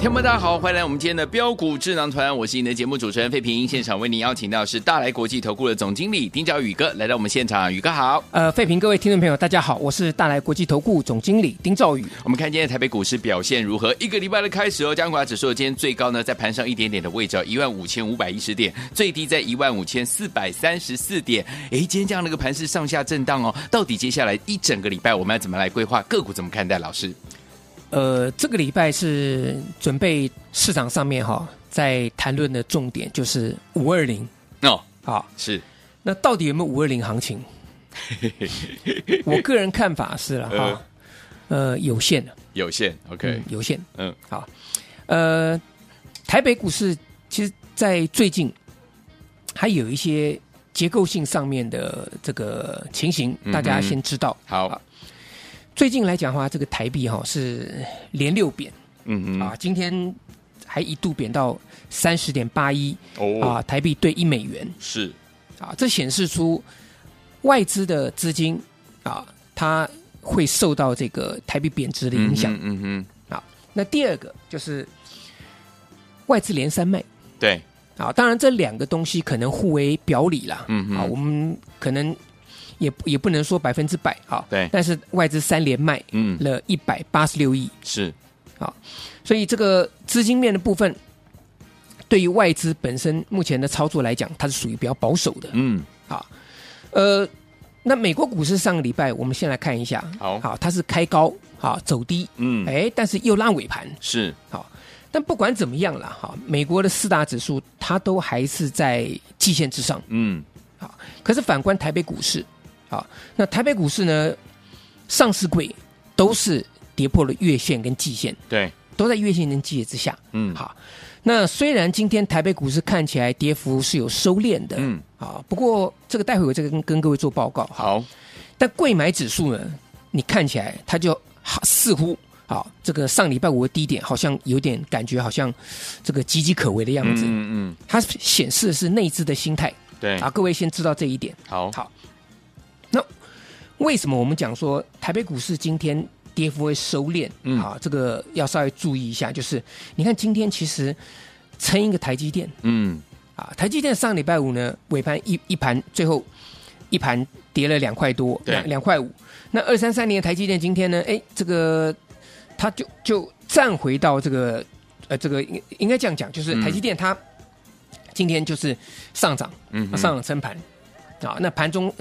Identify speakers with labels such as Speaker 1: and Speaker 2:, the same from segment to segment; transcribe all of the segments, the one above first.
Speaker 1: 听众们，大家好，欢迎来我们今天的标股智囊团，我是你的节目主持人费平。现场为您邀请到是大来国际投顾的总经理丁兆宇哥来到我们现场，宇哥好。
Speaker 2: 呃，费评各位听众朋友，大家好，我是大来国际投顾总经理丁兆宇。
Speaker 1: 我们看今天的台北股市表现如何？一个礼拜的开始哦，加权指数今天最高呢在盘上一点点的位置哦，一万五千五百一十点，最低在一万五千四百三十四点。诶，今天这样的一个盘势上下震荡哦，到底接下来一整个礼拜我们要怎么来规划个股？怎么看待？老师，
Speaker 2: 呃，这个礼拜是准备市场上面哈、在谈论的重点就是五二零
Speaker 1: 哦，
Speaker 2: 啊，
Speaker 1: 是
Speaker 2: 那到底有没有五二零 行情？我个人看法是了哈，呃，有限的，
Speaker 1: 有限，OK，
Speaker 2: 嗯有限。
Speaker 1: 嗯，
Speaker 2: 好，呃，台北股市其实，在最近还有一些结构性上面的这个情形，大家
Speaker 1: 嗯哼
Speaker 2: 先知道。
Speaker 1: 好，
Speaker 2: 最近来讲的话，这个台币哈、是连六贬
Speaker 1: 嗯嗯，
Speaker 2: 啊，今天还一度贬到三十点八一
Speaker 1: 哦，
Speaker 2: 啊，台币兑一美元
Speaker 1: 是，
Speaker 2: 啊，这显示出外资的资金啊，它会受到这个台币贬值的影响。
Speaker 1: 嗯哼，嗯
Speaker 2: 那第二个就是外资连三卖
Speaker 1: 哼对，
Speaker 2: 啊，当然这两个东西可能互为表里啦，
Speaker 1: 嗯哼
Speaker 2: 啊，我们可能也也不能说百分之百啊，
Speaker 1: 对
Speaker 2: 但是外资三连卖
Speaker 1: 嗯，
Speaker 2: 了一百八十六亿。
Speaker 1: 是，
Speaker 2: 所以这个资金面的部分，对于外资本身目前的操作来讲，它是属于比较保守的。
Speaker 1: 嗯，
Speaker 2: 呃，那美国股市上个礼拜，我们先来看一下，
Speaker 1: 好
Speaker 2: 好，它是开高，好走低，
Speaker 1: 嗯，
Speaker 2: 哎，但是又拉尾盘，
Speaker 1: 是，
Speaker 2: 好。但不管怎么样了哈，美国的四大指数它都还是在季线之上。
Speaker 1: 嗯，
Speaker 2: 可是反观台北股市，好，那台北股市呢，上市柜都是跌破了月线跟季线，
Speaker 1: 对，
Speaker 2: 都在月线跟季线之下。
Speaker 1: 嗯，
Speaker 2: 好，那虽然今天台北股市看起来跌幅是有收敛的，
Speaker 1: 嗯，
Speaker 2: 啊，不过这个待会我再跟跟各位做报告。好，
Speaker 1: 好，
Speaker 2: 但贵买指数呢，你看起来它就好似乎好，这个上礼拜五的低点好像有点感觉，好像这个岌岌可危的样子。
Speaker 1: 嗯嗯，
Speaker 2: 它显示的是内资的心态
Speaker 1: 嗯对，
Speaker 2: 啊，各位先知道这一点。
Speaker 1: 好，
Speaker 2: 好，那为什么我们讲说台北股市今天跌幅会收敛？
Speaker 1: 嗯
Speaker 2: 啊，这个要稍微注意一下，就是你看今天其实撑一个台积电
Speaker 1: 嗯，
Speaker 2: 啊，台积电上礼拜五呢尾盘一一盘最后一盘跌了两块多，
Speaker 1: 对
Speaker 2: 两两块五。那二三三年台积电今天呢，哎，这个它就就站回到这个呃这个应应该这样讲，就是
Speaker 1: 嗯
Speaker 2: 台积电它今天就是上涨。
Speaker 1: 嗯哼，
Speaker 2: 上涨撑盘啊，那盘中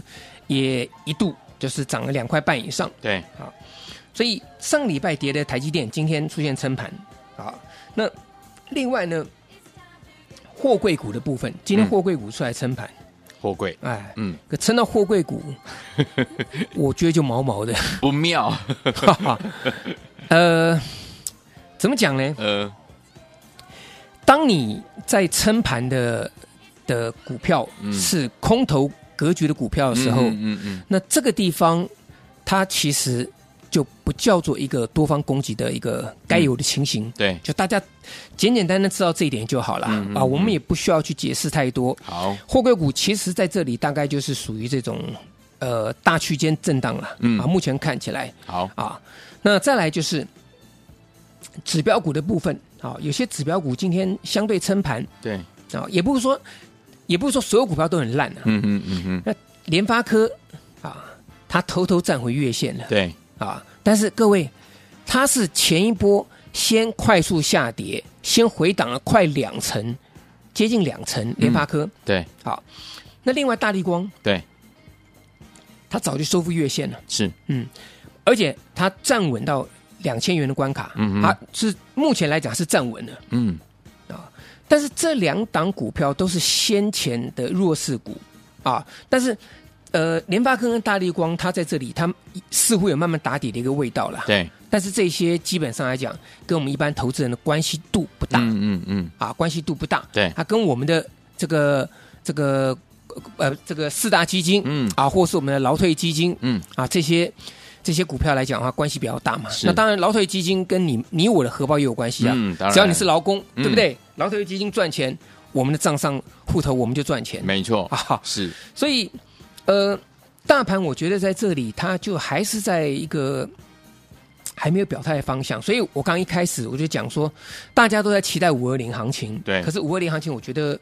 Speaker 2: 也一度就是涨了两块半以上，
Speaker 1: 对，
Speaker 2: 所以上礼拜跌的台积电今天出现撑盘啊。那另外呢，货柜股的部分，今天
Speaker 1: 嗯
Speaker 2: 货柜股出来撑盘，
Speaker 1: 货柜，
Speaker 2: 哎，
Speaker 1: 嗯，
Speaker 2: 可撑到货 柜股，我觉得就毛毛的，
Speaker 1: 不妙，
Speaker 2: 哈哈。呃，怎么讲呢？
Speaker 1: 呃，
Speaker 2: 当你在撑盘的的股票
Speaker 1: 嗯
Speaker 2: 是空头格局的股票的 时候，
Speaker 1: 嗯嗯，
Speaker 2: 那这个地方，它其实就不叫做一个多方攻击的一个该有的情形，
Speaker 1: 对，
Speaker 2: 就大家简简单单知道这一点就好了、
Speaker 1: 嗯嗯
Speaker 2: 啊，
Speaker 1: 嗯
Speaker 2: 我们也不需要去解释太多。
Speaker 1: 好，
Speaker 2: 货柜股其实在这里大概就是属于这种呃大区间震荡了、
Speaker 1: 嗯
Speaker 2: 啊，目前看起来
Speaker 1: 好，
Speaker 2: 啊，那再来就是指标股的部分啊，有些指标股今天相对撑盘
Speaker 1: 对，
Speaker 2: 啊，也不是说也不是说所有股票都很烂啊，
Speaker 1: 嗯嗯嗯嗯，
Speaker 2: 联发科啊，它偷偷站回月线了
Speaker 1: 对，
Speaker 2: 啊。但是各位，它是前一波先快速下跌，先回档了快两成，接近两成。
Speaker 1: 嗯
Speaker 2: 联发科、
Speaker 1: 对，
Speaker 2: 好，那另外大力光
Speaker 1: 对，
Speaker 2: 它早就收复月线了，
Speaker 1: 是，
Speaker 2: 而且它站稳到两千元的关卡，
Speaker 1: 嗯哼
Speaker 2: 它是目前来讲是站稳了。
Speaker 1: 嗯，
Speaker 2: 但是这两档股票都是先前的弱势股啊，但是呃，联发科跟大力光，它在这里，它似乎有慢慢打底的一个味道啦。，
Speaker 1: 对，
Speaker 2: 但是这些基本上来讲，跟我们一般投资人的关系度不大、
Speaker 1: 嗯嗯嗯，
Speaker 2: 啊，关系度不大。
Speaker 1: 对
Speaker 2: 它跟我们的这个这个呃这个四大基金，
Speaker 1: 嗯
Speaker 2: 啊，或是我们的劳退基金，
Speaker 1: 嗯，
Speaker 2: 啊这些。这些股票来讲的话，关系比较大嘛。
Speaker 1: 是
Speaker 2: 那当然，劳退基金跟你你我的荷包也有关系啊。
Speaker 1: 嗯当然
Speaker 2: 只要你是劳工，
Speaker 1: 嗯
Speaker 2: 对不对？劳退基金赚钱，我们的账上户头我们就赚钱
Speaker 1: 没错，
Speaker 2: 啊。
Speaker 1: 是，
Speaker 2: 所以，呃，大盘我觉得在这里，它就还是在一个还没有表态的方向。所以我刚一开始我就讲说，大家都在期待五二零行情，
Speaker 1: 对
Speaker 2: 可是五二零行情，我觉得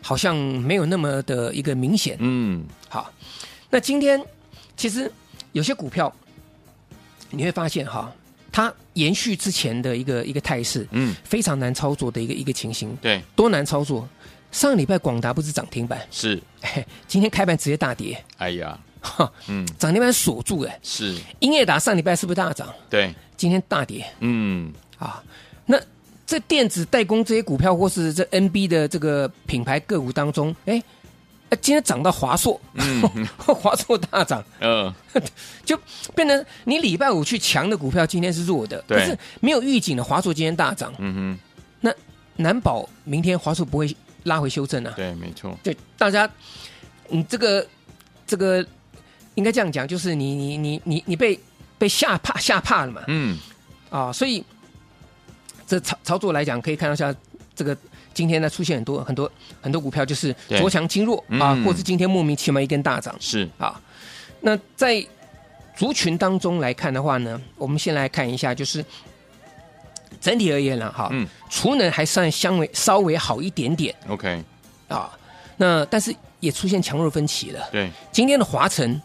Speaker 2: 好像没有那么的一个明显。
Speaker 1: 嗯，
Speaker 2: 好，那今天其实有些股票你会发现哈，它延续之前的一个一个态势，
Speaker 1: 嗯，
Speaker 2: 非常难操作的一个一个情形，
Speaker 1: 对，
Speaker 2: 多难操作？上礼拜广达不是涨停板，
Speaker 1: 是，
Speaker 2: 嘿今天开盘直接大跌，
Speaker 1: 哎呀，
Speaker 2: 哈，
Speaker 1: 嗯，
Speaker 2: 涨停板锁住哎。
Speaker 1: 是，
Speaker 2: 英业达上礼拜是不是大涨？
Speaker 1: 对，
Speaker 2: 今天大跌
Speaker 1: 嗯，
Speaker 2: 啊？那这电子代工这些股票，或是这 NB 的这个品牌个股当中，哎，呃今天涨到华硕，
Speaker 1: 嗯
Speaker 2: 华硕大涨，
Speaker 1: 呃，
Speaker 2: 就变成你礼拜五去强的股票，今天是弱的，
Speaker 1: 对
Speaker 2: 可是没有预警的华硕今天大涨，
Speaker 1: 嗯
Speaker 2: 难保明天华硕不会拉回修正啊
Speaker 1: 哼，。对，没错，
Speaker 2: 对，大家，你这个这个应该这样讲，就是你你你你你被被吓怕吓怕了嘛
Speaker 1: 嗯，
Speaker 2: 啊，所以这操操作来讲，可以看到像这个今天呢出现很多很多很多股票就是
Speaker 1: 对
Speaker 2: 着强轻弱啊，
Speaker 1: 嗯
Speaker 2: 或是今天莫名其妙一根大涨。
Speaker 1: 是，
Speaker 2: 啊。那在族群当中来看的话呢，我们先来看一下，就是整体而言了哈，
Speaker 1: 嗯，
Speaker 2: 储能还算相为稍微好一点点
Speaker 1: OK，
Speaker 2: 啊。那但是也出现强弱分歧了。
Speaker 1: 对，
Speaker 2: 今天的华晨、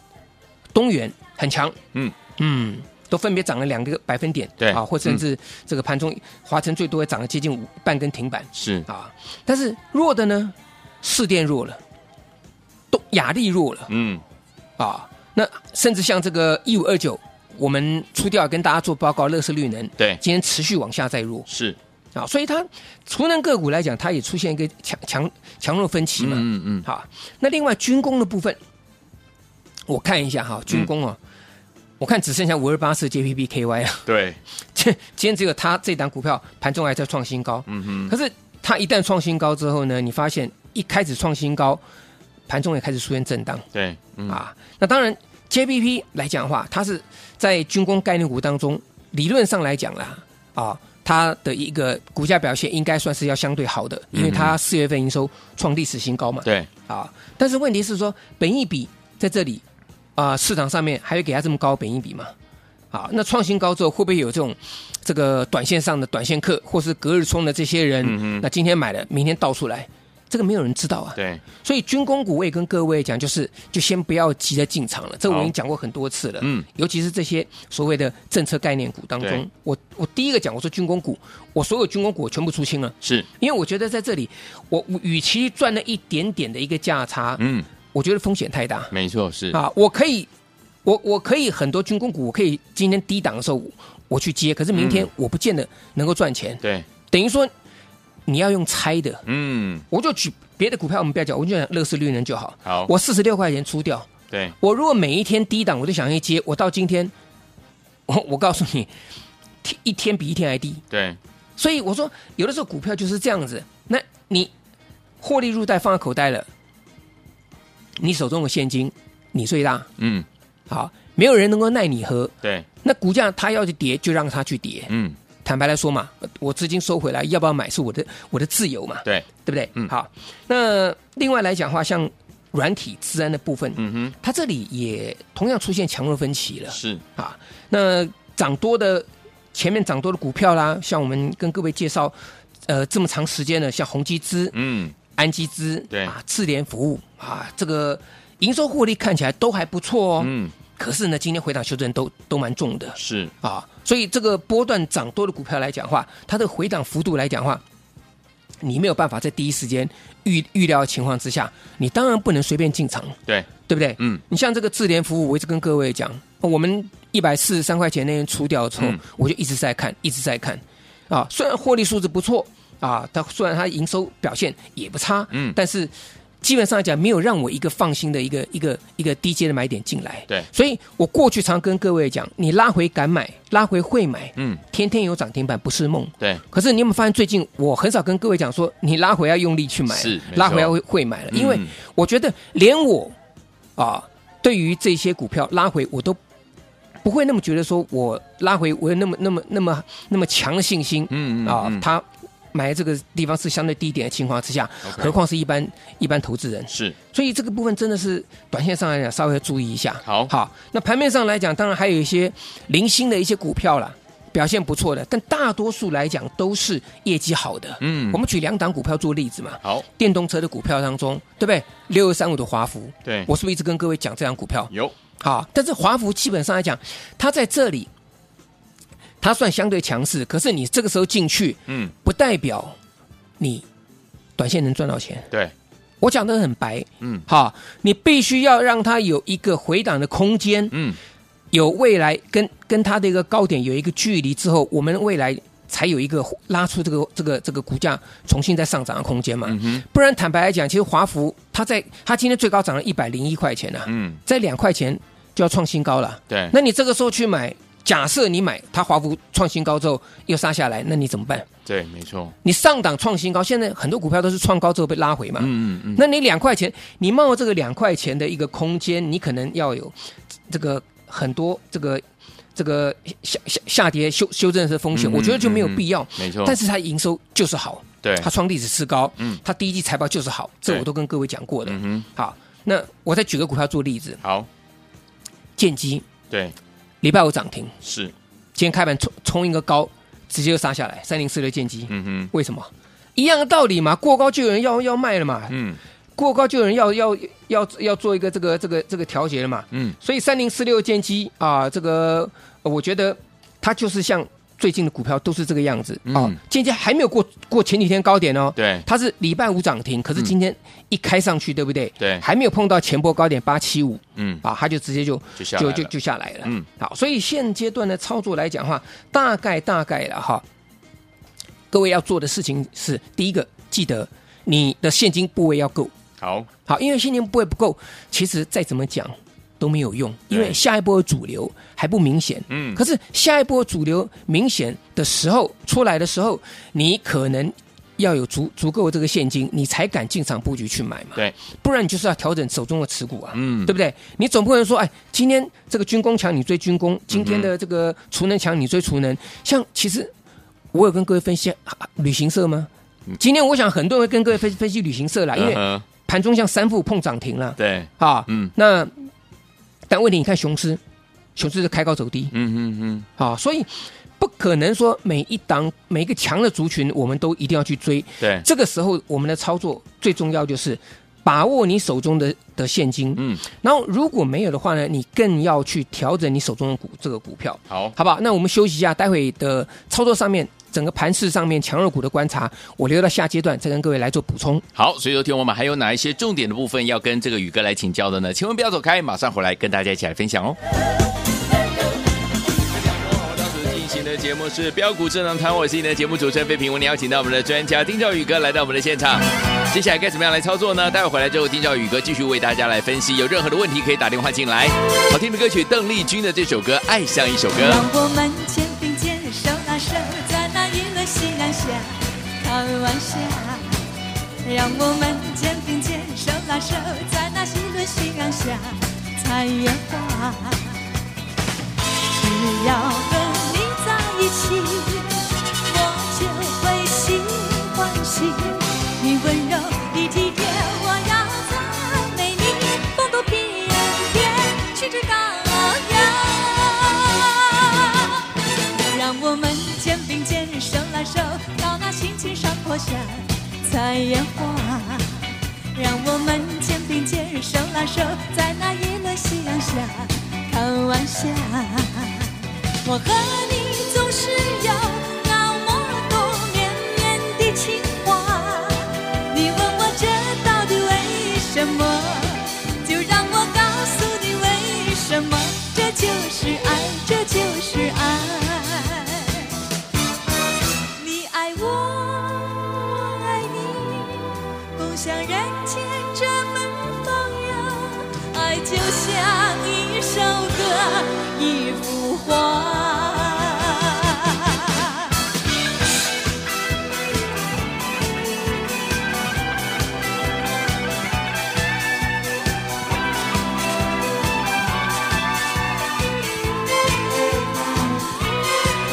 Speaker 2: 东元很强，
Speaker 1: 嗯
Speaker 2: 嗯，都分别涨了两个百分点，
Speaker 1: 对嗯
Speaker 2: 啊，或甚至这个盘中华晨最多也涨了接近五半根停板
Speaker 1: 是，
Speaker 2: 啊。但是弱的呢，市电弱了，东雅力弱了。
Speaker 1: 嗯，
Speaker 2: 啊，那甚至像这个一五二九，我们出掉跟大家做报告，乐视绿能
Speaker 1: 对，
Speaker 2: 今天持续往下再弱
Speaker 1: 是，
Speaker 2: 啊，所以它储能个股来讲，它也出现一个强强强弱分歧嘛。
Speaker 1: 嗯嗯，
Speaker 2: 好，那另外军工的部分，我看一下
Speaker 1: 嗯
Speaker 2: 哈，军工哦，我看只剩下五二八四 JPP KY 了，
Speaker 1: 对，
Speaker 2: 啊 今今天只有它这档股票盘中还在创新高，
Speaker 1: 嗯哼，
Speaker 2: 可是它一旦创新高之后呢，你发现一开始创新高，盘中也开始出现震荡。
Speaker 1: 对，嗯，
Speaker 2: 啊。那当然，JPP 来讲的话，它是在军工概念股当中，理论上来讲啦，啊，它的一个股价表现应该算是要相对好的，因为
Speaker 1: 嗯
Speaker 2: 它四月份营收创历史新高嘛，
Speaker 1: 对，
Speaker 2: 啊。但是问题是说，本益比在这里啊、市场上面还会给它这么高的本益比吗？啊，那创新高之后会不会有这种这个短线上的短线客，或是隔日冲的这些人？
Speaker 1: 嗯哼
Speaker 2: 那今天买了，明天倒出来，这个没有人知道啊。
Speaker 1: 对，
Speaker 2: 所以军工股我也跟各位讲，就是就先不要急着进场了，这我
Speaker 1: 好
Speaker 2: 已经讲过很多次了。
Speaker 1: 嗯，
Speaker 2: 尤其是这些所谓的政策概念股当
Speaker 1: 对
Speaker 2: 中，我我第一个讲，我说军工股，我所有军工股我全部出清了，
Speaker 1: 是，
Speaker 2: 因为我觉得在这里，我我与其赚那一点点的一个价差，
Speaker 1: 嗯，
Speaker 2: 我觉得风险太大
Speaker 1: 没错，是，
Speaker 2: 啊。我可以，我我可以很多军工股，我可以今天低档的时候我我去接，可是明天
Speaker 1: 嗯
Speaker 2: 我不见得能够赚钱，
Speaker 1: 对，
Speaker 2: 等于说你要用猜的，
Speaker 1: 嗯，
Speaker 2: 我就举别的股票，我们不要讲，我就讲乐视绿能就好。
Speaker 1: 好，
Speaker 2: 我四十六块钱出掉，
Speaker 1: 对，
Speaker 2: 我如果每一天低档我都想去接，我到今天， 我我告诉你，天一天比一天还低。
Speaker 1: 对，
Speaker 2: 所以我说，有的时候股票就是这样子。那你获利入袋放在口袋了，你手中的现金你最大，
Speaker 1: 嗯，
Speaker 2: 好，没有人能够奈你何。
Speaker 1: 对，
Speaker 2: 那股价它要去跌，就让它去跌。
Speaker 1: 嗯，
Speaker 2: 坦白来说嘛，我资金收回来，要不要买是我的我的自由嘛。
Speaker 1: 对，
Speaker 2: 对不对？
Speaker 1: 嗯
Speaker 2: 好，那另外来讲的话，像软体治安的部分，
Speaker 1: 嗯
Speaker 2: 它这里也同样出现强弱分歧了
Speaker 1: 哼，是，
Speaker 2: 啊。那涨多的前面涨多的股票啦，像我们跟各位介绍，呃，这么长时间呢，像宏基资、
Speaker 1: 嗯，
Speaker 2: 安基资，
Speaker 1: 对
Speaker 2: 啊，智联服务啊，这个营收获利看起来都还不错哦。
Speaker 1: 嗯，
Speaker 2: 可是呢，今天回档修正都都蛮重的
Speaker 1: 是，
Speaker 2: 啊，所以这个波段涨多的股票来讲话，它的回档幅度来讲话，你没有办法在第一时间预预料的情况之下，你当然不能随便进场，
Speaker 1: 对，
Speaker 2: 对不对？
Speaker 1: 嗯，
Speaker 2: 你像这个智联服务，我一直跟各位讲，我们一百四十三块钱那天出掉之后，
Speaker 1: 嗯
Speaker 2: 我就一直在看，一直在看，啊，虽然获利数字不错啊，它虽然它营收表现也不差，
Speaker 1: 嗯
Speaker 2: 但是基本上来讲没有让我一个放心的一个一个一个低阶的买点进来。
Speaker 1: 对
Speaker 2: 所以我过去常跟各位讲，你拉回敢买，拉回会买，
Speaker 1: 嗯，
Speaker 2: 天天有涨停板不是梦。
Speaker 1: 对，
Speaker 2: 可是你有没有发现，最近我很少跟各位讲说，你拉回要用力去买，
Speaker 1: 是没错
Speaker 2: 拉回要会会买了，
Speaker 1: 嗯
Speaker 2: 因为我觉得连我啊，对于这些股票拉回，我都不会那么觉得说我拉回我有那么那么那么那么强的信心，
Speaker 1: 嗯嗯
Speaker 2: 啊
Speaker 1: 嗯，
Speaker 2: 它买这个地方是相对低一点的情况之下，
Speaker 1: OK
Speaker 2: 何况是一般一般投资人，
Speaker 1: 是
Speaker 2: 所以这个部分真的是短线上来讲稍微要注意一下。
Speaker 1: 好
Speaker 2: 好，那盘面上来讲，当然还有一些零星的一些股票啦，表现不错的，但大多数来讲都是业绩好的。
Speaker 1: 嗯
Speaker 2: 我们举两档股票做例子嘛，
Speaker 1: 好，
Speaker 2: 电动车的股票当中，对不对？六二三五的华孚，
Speaker 1: 对，
Speaker 2: 我是不是一直跟各位讲这档股票？
Speaker 1: 有，
Speaker 2: 好，但是华孚基本上来讲，它在这里，它算相对强势，可是你这个时候进去，
Speaker 1: 嗯，
Speaker 2: 不代表你短线能赚到钱。
Speaker 1: 对，
Speaker 2: 我讲的很白，
Speaker 1: 嗯
Speaker 2: 好，你必须要让它有一个回档的空间，
Speaker 1: 嗯，
Speaker 2: 有未来跟跟它的一个高点有一个距离之后，我们未来才有一个拉出这个这个这个股价重新再上涨的空间嘛。
Speaker 1: 嗯哼，
Speaker 2: 不然坦白来讲，其实华孚它在它今天最高涨了一百零一块钱啊，
Speaker 1: 嗯，
Speaker 2: 在两块钱就要创新高了。啊
Speaker 1: 对，
Speaker 2: 那你这个时候去买，假设你买它华孚创新高之后又杀下来，那你怎么办？
Speaker 1: 对，没错，
Speaker 2: 你上档创新高，现在很多股票都是创高之后被拉回嘛。
Speaker 1: 嗯嗯嗯，
Speaker 2: 那你两块钱，你冒这个两块钱的一个空间，你可能要有这个很多这个这个下下下跌修修正的风险，
Speaker 1: 嗯
Speaker 2: 我觉得就没有必要。
Speaker 1: 没错，
Speaker 2: 但是它营收就是好，
Speaker 1: 对，
Speaker 2: 它创历史次高，
Speaker 1: 嗯
Speaker 2: 它第一季财报就是好，这
Speaker 1: 对
Speaker 2: 我都跟各位讲过的。
Speaker 1: 嗯
Speaker 2: 好，那我再举个股票做例子，
Speaker 1: 哼，好，
Speaker 2: 建机
Speaker 1: 对，
Speaker 2: 礼拜五涨停，
Speaker 1: 是，
Speaker 2: 今天开盘冲冲一个高，直接就杀下来，三零四的建机，
Speaker 1: 嗯哼，
Speaker 2: 为什么？一样的道理嘛，过高就有人要要卖了嘛，
Speaker 1: 嗯
Speaker 2: 过高就有人要要要要做一个这个这个这个调节了嘛。
Speaker 1: 嗯，
Speaker 2: 所以三零四六剑机啊，这个呃我觉得它就是像最近的股票都是这个样子啊
Speaker 1: 嗯。
Speaker 2: 剑机还没有过过前几天高点哦，
Speaker 1: 对，
Speaker 2: 它是礼拜五涨停，可是今天一开上去，对不对？
Speaker 1: 嗯对
Speaker 2: 还没有碰到前波高点八七五
Speaker 1: 嗯，
Speaker 2: 啊，它就直接就
Speaker 1: 就下来
Speaker 2: 就
Speaker 1: 了
Speaker 2: 就就下来了。
Speaker 1: 嗯，
Speaker 2: 好，所以现阶段的操作来讲的话，大概大概了哈。各位要做的事情是，第一个记得你的现金部位要够，
Speaker 1: 好，
Speaker 2: 好，因为现金部位不够，其实再怎么讲都没有用，因为
Speaker 1: 对
Speaker 2: 下一波的主流还不明显。
Speaker 1: 嗯，
Speaker 2: 可是下一波主流明显的时候出来的时候，你可能要有足足够的这个现金，你才敢进场布局去买嘛。
Speaker 1: 对，
Speaker 2: 不然你就是要调整手中的持股啊，
Speaker 1: 嗯
Speaker 2: 对不对？你总不能说，哎，今天这个军工强你追军工，今天的这个储能强你追储能。像其实我有跟各位分析、啊旅行社吗？今天我想很多人会跟各位分分析旅行社啦，因为
Speaker 1: 嗯哼
Speaker 2: 盘中像三副碰涨停了
Speaker 1: 对，
Speaker 2: 啊。
Speaker 1: 嗯
Speaker 2: 那但问题你看雄狮，雄狮是开高走低
Speaker 1: 嗯哼哼，
Speaker 2: 啊，所以不可能说每一档每一个强的族群我们都一定要去追。
Speaker 1: 对，
Speaker 2: 这个时候我们的操作最重要就是把握你手中的的现金，
Speaker 1: 嗯，
Speaker 2: 然后如果没有的话呢，你更要去调整你手中的股这个股票，
Speaker 1: 好，
Speaker 2: 好不好？那我们休息一下，待会的操作上面。整个盘市上面强弱股的观察，我留到下阶段再跟各位来做补充。
Speaker 1: 好，所以昨天我们还有哪一些重点的部分要跟这个宇哥来请教的呢？千万不要走开，马上回来跟大家一起来分享哦。进行的节目是标股智囊团，我是你的节目主持人费平。我们邀请到我们的专家丁兆宇哥来到我们的现场，接下来该怎么样来操作呢？待会回来之后，丁兆宇哥继续为大家来分析，有任何的问题可以打电话进来。好听的歌曲，邓丽君的这首歌《爱像一首歌》。
Speaker 3: 让我们肩并肩，手拉手，在那娱乐夕阳下开玩笑。让我们肩并肩，手拉手，在那娱乐夕阳下采野花。只要和你在一起，我就会心欢喜。你温柔的体贴，我要赞美你，风度翩翩，气质高雅。让我们肩并肩，手拉手，到那青青山坡下采野花。让我们肩并肩，手拉手，在那一轮夕阳下开玩笑。我和你总是有那么多绵绵的情话，你问我这到底为什么？就让我告诉你为什么，这就是爱，这就是爱。你爱我，不想人间这么放任，爱就像一首歌，一幅画。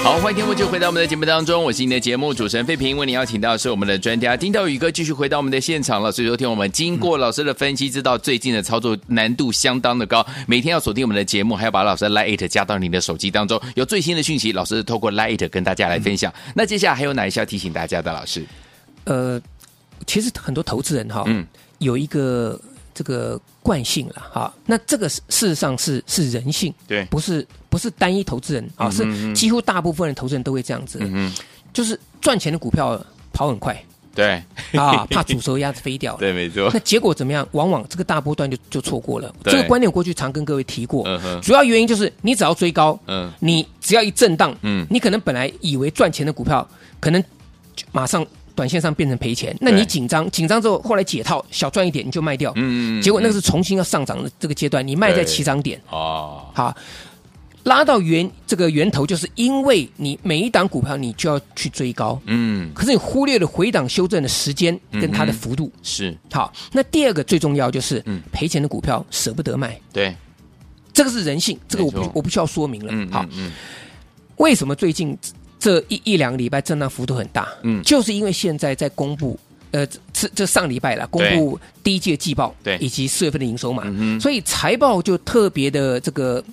Speaker 1: 好，欢迎天幕就回到我们的节目当中，我是您的节目主持人费平，为您邀请到的是我们的专家丁兆宇哥，继续回到我们的现场了。所以昨天我们经过老师的分析，知道最近的操作难度相当的高，每天要锁定我们的节目，还要把老师的 Lite 加到您的手机当中，有最新的讯息，老师透过 Lite 跟大家来分享。那接下来还有哪一些要提醒大家的？老师，
Speaker 2: 呃，其实很多投资人哈、
Speaker 1: 嗯
Speaker 2: 有一个这个惯性了哈、那这个是事实上是是人性，
Speaker 1: 对
Speaker 2: 不是不是单一投资人啊，是几乎大部分的投资人都会这样子，
Speaker 1: 嗯，
Speaker 2: 就是赚钱的股票跑很快
Speaker 1: 对
Speaker 2: 啊，怕煮熟鸭子飞掉了。
Speaker 1: 对，没错
Speaker 2: 那，结果怎么样？往往这个大波段就就错过了。
Speaker 1: 对
Speaker 2: 这个观点我过去常跟各位提过
Speaker 1: 嗯哼，
Speaker 2: 主要原因就是你只要追高，
Speaker 1: 嗯
Speaker 2: 你只要一震荡，
Speaker 1: 嗯
Speaker 2: 你可能本来以为赚钱的股票，可能就马上短线上变成赔钱，那
Speaker 1: 对
Speaker 2: 你紧张，紧张之后后来解套，小赚一点你就卖掉，
Speaker 1: 嗯
Speaker 2: 结果那个是重新要上涨的这个阶段，你卖在
Speaker 1: 对
Speaker 2: 起涨点，
Speaker 1: 哦，
Speaker 2: 好，拉到源这个源头，就是因为你每一档股票你就要去追高，
Speaker 1: 嗯，
Speaker 2: 可是你忽略了回档修正的时间跟它的
Speaker 1: 嗯哼
Speaker 2: 幅度。
Speaker 1: 是
Speaker 2: 好，那第二个最重要就是
Speaker 1: 嗯，
Speaker 2: 赔钱的股票舍不得卖，
Speaker 1: 对，
Speaker 2: 这个是人性，这个我
Speaker 1: 没
Speaker 2: 不
Speaker 1: 错
Speaker 2: 我不需要说明了。
Speaker 1: 嗯，
Speaker 2: 好，
Speaker 1: 嗯，
Speaker 2: 为什么最近这一一两个礼拜震荡幅度很大？
Speaker 1: 嗯
Speaker 2: 就是因为现在在公布。呃，这这上礼拜了，公布第一届季报，
Speaker 1: 对
Speaker 2: 以及四月份的营收嘛，
Speaker 1: 嗯哼
Speaker 2: 所以财报就特别的这个，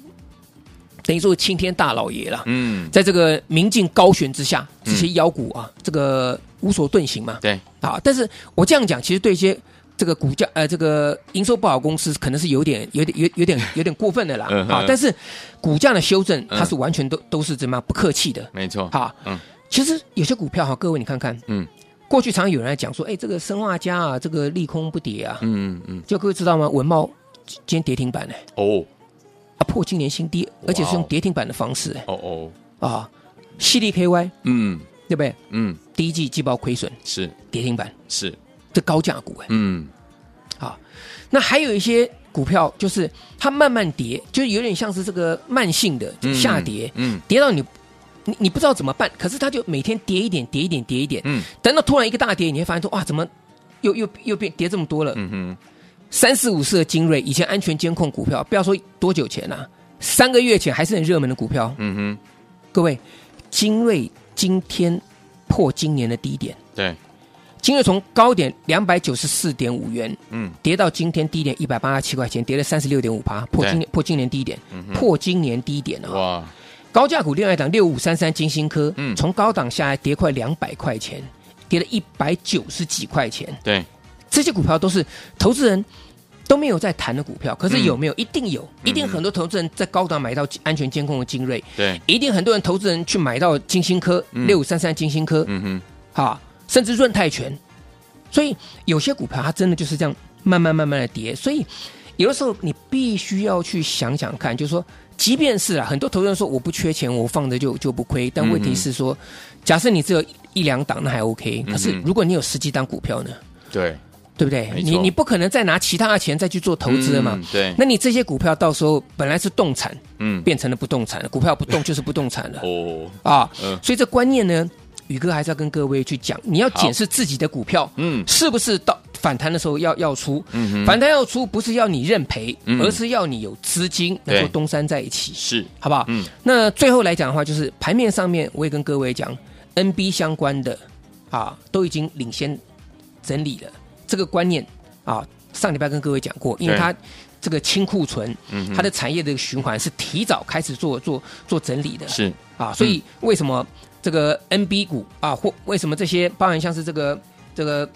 Speaker 2: 等于说青天大老爷了，
Speaker 1: 嗯，
Speaker 2: 在这个明镜高悬之下，这些妖股啊，这个无所遁形嘛，
Speaker 1: 对，
Speaker 2: 啊，但是我这样讲，其实对一些这个股价呃这个营收不好的公司，可能是有点有点有有 点有点过分的啦
Speaker 1: 嗯
Speaker 2: 啊
Speaker 1: 哼。
Speaker 2: 但是股价的修正，
Speaker 1: 嗯
Speaker 2: 它是完全都都是怎么样不客气的。
Speaker 1: 没错，
Speaker 2: 好，
Speaker 1: 嗯
Speaker 2: 其实有些股票哈，各位你看看，
Speaker 1: 嗯
Speaker 2: 过去常常有人来讲说，哎，这个生化家啊，这个利空不跌啊，
Speaker 1: 嗯嗯，
Speaker 2: 就各位知道吗？文茂今天跌停板呢，哎
Speaker 1: 哦
Speaker 2: 啊破今年新低，而且是
Speaker 1: 哇
Speaker 2: 用
Speaker 1: 哦
Speaker 2: 跌停板的方式
Speaker 1: 哦哦，
Speaker 2: 哎啊，犀利 KY
Speaker 1: 嗯
Speaker 2: 对不对？
Speaker 1: 嗯，
Speaker 2: 第一季季报亏损，
Speaker 1: 是
Speaker 2: 跌停板，
Speaker 1: 是，
Speaker 2: 这高价股哎。
Speaker 1: 嗯
Speaker 2: 啊。那还有一些股票，就是它慢慢跌，就是有点像是这个慢性的
Speaker 1: 嗯
Speaker 2: 下跌，
Speaker 1: 嗯
Speaker 2: 跌到你你你不知道怎么办，可是它就每天跌一点，跌一点，跌一点，
Speaker 1: 嗯
Speaker 2: 等到突然一个大跌，你会发现说哇，怎么又又又变跌这么多了？
Speaker 1: 嗯哼，
Speaker 2: 三四五四的精锐，以前安全监控股票，不要说多久前啊，三个月前还是很热门的股票，
Speaker 1: 嗯
Speaker 2: 各位，精锐今天破今年的低点。
Speaker 1: 哼，对，
Speaker 2: 精锐从高点两百九十四点五元，
Speaker 1: 嗯
Speaker 2: 跌到今天低点一百八十七块钱，跌了三十六点五趴，破
Speaker 1: 对
Speaker 2: 今年破今年低点，
Speaker 1: 嗯哼，
Speaker 2: 破今年低点啊、
Speaker 1: 哇，
Speaker 2: 高价股另外一档六五三三金星科，
Speaker 1: 嗯
Speaker 2: 从高档下来跌快两百块钱，跌了一百九十几块钱，
Speaker 1: 对，
Speaker 2: 这些股票都是投资人。都没有在谈的股票，可是
Speaker 1: 嗯
Speaker 2: 有没有？一定有，一定
Speaker 1: 嗯
Speaker 2: 很多投资人在高档买到安全监控的精锐，
Speaker 1: 对，
Speaker 2: 一定很多人投资人去买到金星科
Speaker 1: 嗯
Speaker 2: 六五三三金星科，
Speaker 1: 嗯哼，
Speaker 2: 啊，甚至润泰拳。所以有些股票它真的就是这样慢慢慢慢的跌，所以有的时候你必须要去想想看，就是说，即便是啊，很多投资人说我不缺钱，我放着就就不亏，但问题是说，假设你只有一两档那还 OK，可是
Speaker 1: 嗯哼
Speaker 2: 如果你有十几档股票呢，
Speaker 1: 对，
Speaker 2: 对不对？
Speaker 1: 没错
Speaker 2: 你你不可能再拿其他的钱再去做投资了嘛。
Speaker 1: 嗯对，
Speaker 2: 那你这些股票到时候本来是动产，
Speaker 1: 嗯，
Speaker 2: 变成了不动产了，股票不动就是不动产了。
Speaker 1: 哦，
Speaker 2: 啊
Speaker 1: 嗯，
Speaker 2: 所以这观念呢，宇哥还是要跟各位去讲，你要检视自己的股票，
Speaker 1: 嗯
Speaker 2: 是不是到反弹的时候要要出？
Speaker 1: 嗯哼，
Speaker 2: 反弹要出不是要你认赔，
Speaker 1: 嗯
Speaker 2: 而是要你有资金
Speaker 1: 对
Speaker 2: 能够东山再起，
Speaker 1: 是，
Speaker 2: 好不好？
Speaker 1: 嗯
Speaker 2: 那最后来讲的话，就是盘面上面我也跟各位讲，NB 相关的啊，都已经领先整理了这个观念啊。上礼拜跟各位讲过，因为
Speaker 1: 对
Speaker 2: 它这个清库存，
Speaker 1: 嗯哼
Speaker 2: 它的产业的循环是提早开始做做做整理的，
Speaker 1: 是，
Speaker 2: 啊，所
Speaker 1: 嗯
Speaker 2: 以为什么这个 NB 股啊，或为什么这些包含像是这个这个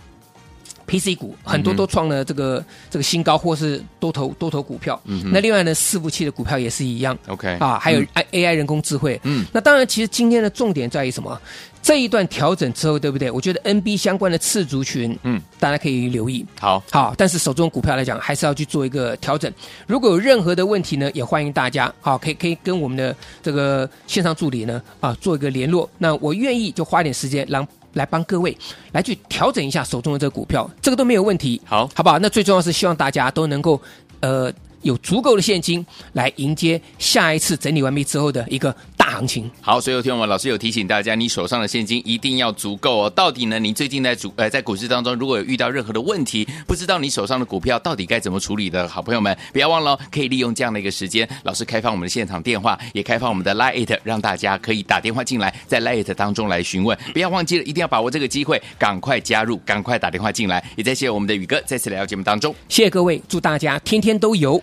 Speaker 2: PC 股，很多
Speaker 1: 嗯哼
Speaker 2: 都创了这个、这个新高，或是多头多头股票。
Speaker 1: 嗯哼
Speaker 2: 那另外呢，伺服器的股票也是一样
Speaker 1: OK，
Speaker 2: 啊，还有
Speaker 1: 嗯
Speaker 2: I- AI 人工智慧。
Speaker 1: 嗯，
Speaker 2: 那当然，其实今天的重点在于什么？这一段调整之后，对不对？我觉得 NB 相关的次族群，
Speaker 1: 嗯，
Speaker 2: 大家可以留意。
Speaker 1: 好，
Speaker 2: 好，但是手中股票来讲，还是要去做一个调整。如果有任何的问题呢，也欢迎大家好，可以可以跟我们的这个线上助理呢啊做一个联络。那我愿意就花点时间让来帮各位来去调整一下手中的这个股票，这个都没有问题，
Speaker 1: 好
Speaker 2: 好不好？那最重要是希望大家都能够呃有足够的现金来迎接下一次整理完毕之后的一个大行情。
Speaker 1: 好，所以有听我们老师有提醒大家，你手上的现金一定要足够哦。到底呢，你最近在主呃在股市当中，如果有遇到任何的问题，不知道你手上的股票到底该怎么处理的好朋友们，不要忘了哦，可以利用这样的一个时间，老师开放我们的现场电话，也开放我们的 Lite，让大家可以打电话进来，在 Lite 当中来询问。不要忘记了，一定要把握这个机会，赶快加入，赶快打电话进来。也再谢谢我们的宇哥再次来到节目当中。
Speaker 2: 谢谢各位，祝大家天天都有